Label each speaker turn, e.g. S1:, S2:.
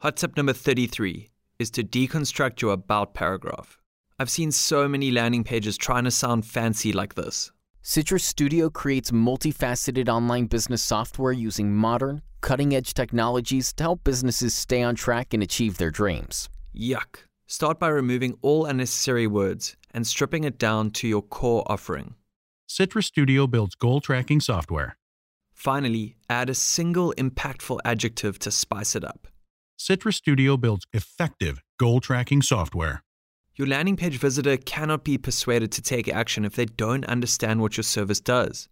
S1: Hot tip number 33 is to deconstruct your about paragraph. I've seen so many landing pages trying to sound fancy like this.
S2: Citrus Studio creates multifaceted online business software using modern, cutting edge technologies to help businesses stay on track and achieve their dreams.
S1: Yuck. Start by removing all unnecessary words and stripping it down to your core offering.
S3: Citrus Studio builds goal tracking software.
S1: Finally, add a single impactful adjective to spice it up.
S3: Citrus Studio builds effective goal tracking software.
S1: Your landing page visitor cannot be persuaded to take action if they don't understand what your service does.